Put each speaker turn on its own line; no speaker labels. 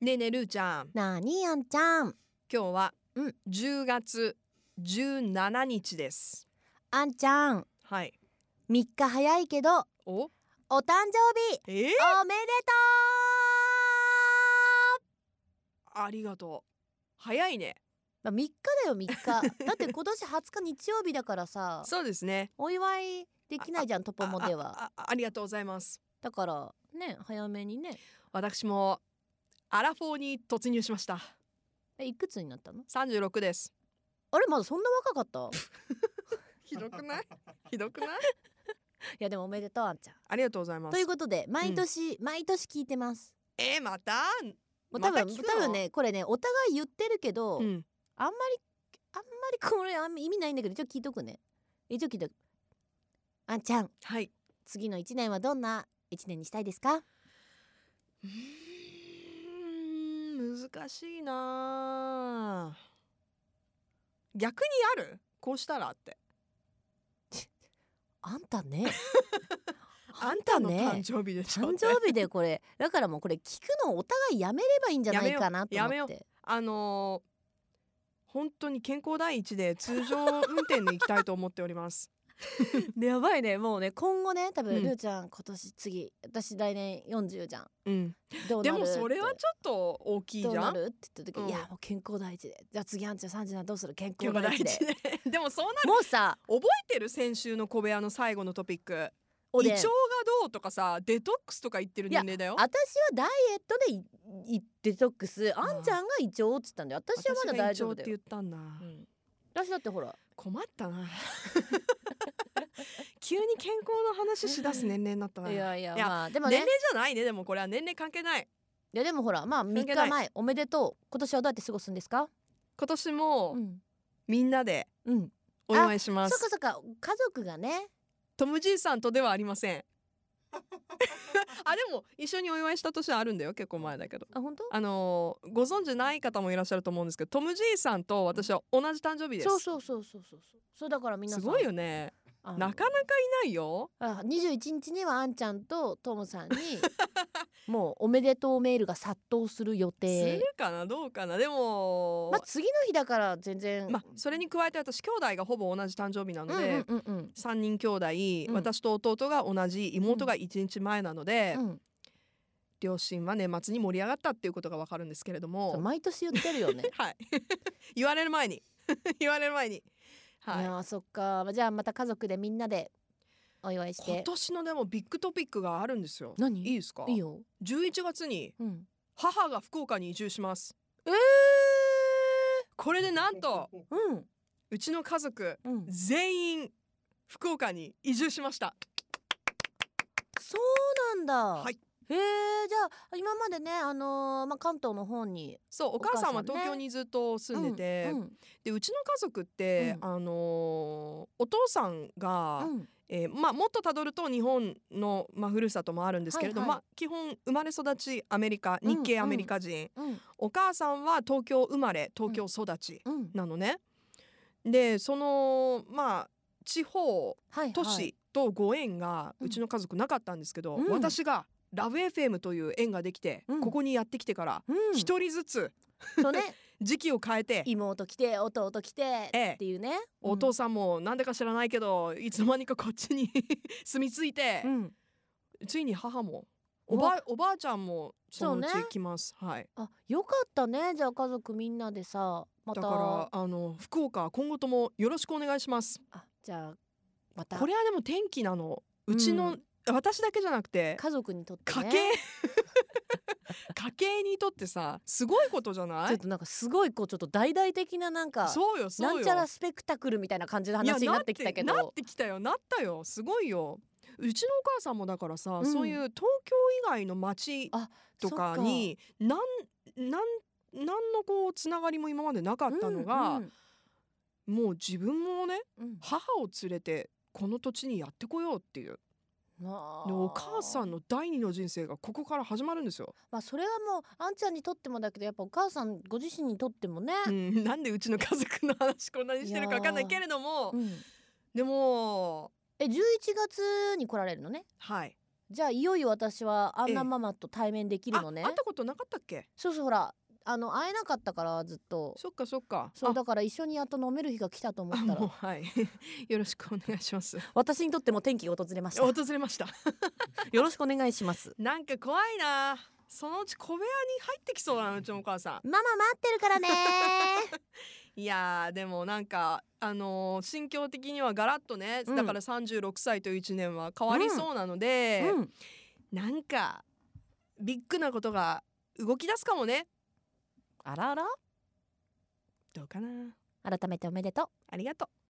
ねえねえるーちゃん
なあにあんちゃん
今日は
うん
10月17日です
あんちゃん
はい
3日早いけど
お
お誕生
え
日
ー、
おめで
ありがとう早いね
とう、まあ、3日だよ3日 だって今年20日日曜日だからさ
そうですね
お祝いできないじゃんトポモでは
ああありがとうございます
だからね早めにね
私もアラフォーに突入しました
えいくつになったの
36です
あれまだそんな若かった
ひどくない ひどくない
いやでもおめでとうあんちゃん
ありがとうございま
とい
す
うことで毎年、毎年聞いてます
えー、また
もう多分、
また聞くの
多分ねこれねお互い言ってるけど、
うん
あんまりあんまりこれあんま意味ないんだけど一応聞いとくね一応聞いとくあんちゃん
はい
次の一年はどんな一年にしたいですか
うーん難しいなあ逆にあるこうしたらって
あんたね
あんたの誕生日でしょ
誕生日でこれだからもうこれ聞くのお互いやめればいいんじゃないかなと
やめ
思
よ
っ
うや
て
あのー本当に健康第一で通常運転で行きたいと思っております。
でやばいねもうね今後ね多分、
うん
りゅうちゃん今年次私来年40じゃん
うん、
どう
で
なる
もそれは
って
ちょっと大きいじ
どう
ゃ。
なんるって言った時、
うん
いやもう健康第一でじゃあ次あんちゃん30などうする健
健
康
康
第
第
一
一
で
で でもそうなる
もうさ
覚えてる先週の小部屋の最後のトピック
お
胃
でん
腸がどうとかさデトックスとか言ってる年齢だよ
私はダイエットでいいデトックスあんちゃんが胃腸っつったんだよ私はまだ大丈夫だ
私が胃
よ
腸って言ったんだ、
うん私だってほら
困ったな 急に健康の話しだす年齢になったない
やいや
いや
まあでも
年
ね
齢じゃないねでもこれは年齢関係ない
いやでもほらまあ3
関係ない
日前おめでとう今年はどうやって過ごすんですか
今年も
うん
みんなで
うん
お祝いし
そ
ま
っか
す
そっか家族がね
トムじいさんとではありません あでも一緒にお祝いした年はあるんだよ結構前だけど
あ本当
あのーご存知ない方もいらっしゃると思うんですけどトムじいさんと私は同じ誕生日です
そうそうそうそうそうそうそうだからみんな
すごいよねなかなかいないよ
あ21日にはあんちゃんとトム さんにもうおめでとうメールが殺到する予
す
定
るかなどうかなでも
まあ次の日だから全然
まあ、それに加えて私兄弟がほぼ同じ誕生日なので、
うんうんうん
3人兄弟、
うん
私と弟が同じ妹が1日前なので、
うんうん
両親は年末に盛り上がったっていうことがわかるんですけれど
そう
も、
毎年言ってるよね
はい 言われる前に 言われる前に、はいい、
やーそっかまあじゃあまた家族でみんなでお祝いし
今
て
年のでもビッグトピックがあるんですよ。
何
いいですか
いいよ、
11月に
うん、
母が福岡に移住します
え
これでなんと
うん
うちの家族
うん
全員福岡に移住しました
そうなんだ、
はい
へえじゃあ今までねあのーまあ関東の方に
そうお
母
母
さ
さん
んね
は東京にずっと住んでて、
うんうん
でうちの家族って、
う
あのーお父さんが、
うん
えーまあ、もっとたどると日本の、まあ、ふるさともあるんですけれども、
はいはい
まあ、基本生まれ育ちアメリカ
うん
日系アメリカ人、
うん
お母さんは東京生まれ東京育ち
うん
なのね。でそのまあ地方
はいはい
都市とご縁が
うん
うちの家族なかったんですけど、
うん
私がラブ FM という縁ができて、
うん
ここにやってきてから
うん
一人ずつ
そうね
時期を変えて
妹来て弟来て
ええ
っていうね、
お父さんもなんでか知らないけどいつの間にかこっちに 住み着いて、
うん、うん
ついに母もおばおばあちゃんもそのうち
そうね
来ます、はい
あよかったねじゃあ家族みんなでさまた
だからあの福岡今後ともよろしくお願いします
あじゃあまた
これはでも天気なのうちの、
う
私だけじゃなくて
家族にとって、ね、
家計 家計にとってさすごいことじゃな
ちょっ
い
となんかすごいこうちょっと大々的ななんか
そうよそう
な
よ
んちゃらスペクタクルみたいな感じの話
い
に
や
なってきたけど
なってきたよなったよすごいようちのお母さんもだからさ、
うん
そういう東京以外の町とかになんなんなんのこうつながりも今までなか
あ
ったのが、もう自分もね母を連れてこの土地にやってこようっていうでお母さん
の、
の第二の人生がここから始まるんですよ、
まあ、それはもうあんちゃんにとってもだけどやっぱお母さんご自身にとってもね、
うん、なんでうちの家族の話こんなにしてるか分かんない
いやー
けれども
うん
でも
え11月に来られるのね
はい
じゃあいよいよ私はアン
ええ
ナママと対面できるのね
あ会ったことなかったっけ
そうそうほらあの会えなかったからずっと
そっかそっか
そう
あ
だから一緒にやっと飲める日が来たと思
あ
った
もう
ら
はい よろしくお願いし ます
私にとっても天気が訪れました
訪れました
よろしくお願いします
なんか怖いなそのうち小部屋に入ってきそうだなうちのお母さん
ママ待ってるからね
いやーでもなんかあのー心境的にはガラッとね、
うん
だから36歳という1年は変わりそうなので、
うん
なんかビッグなことが動き出すかもね
あらあら
どうかな
改めておめでとう
ありがとう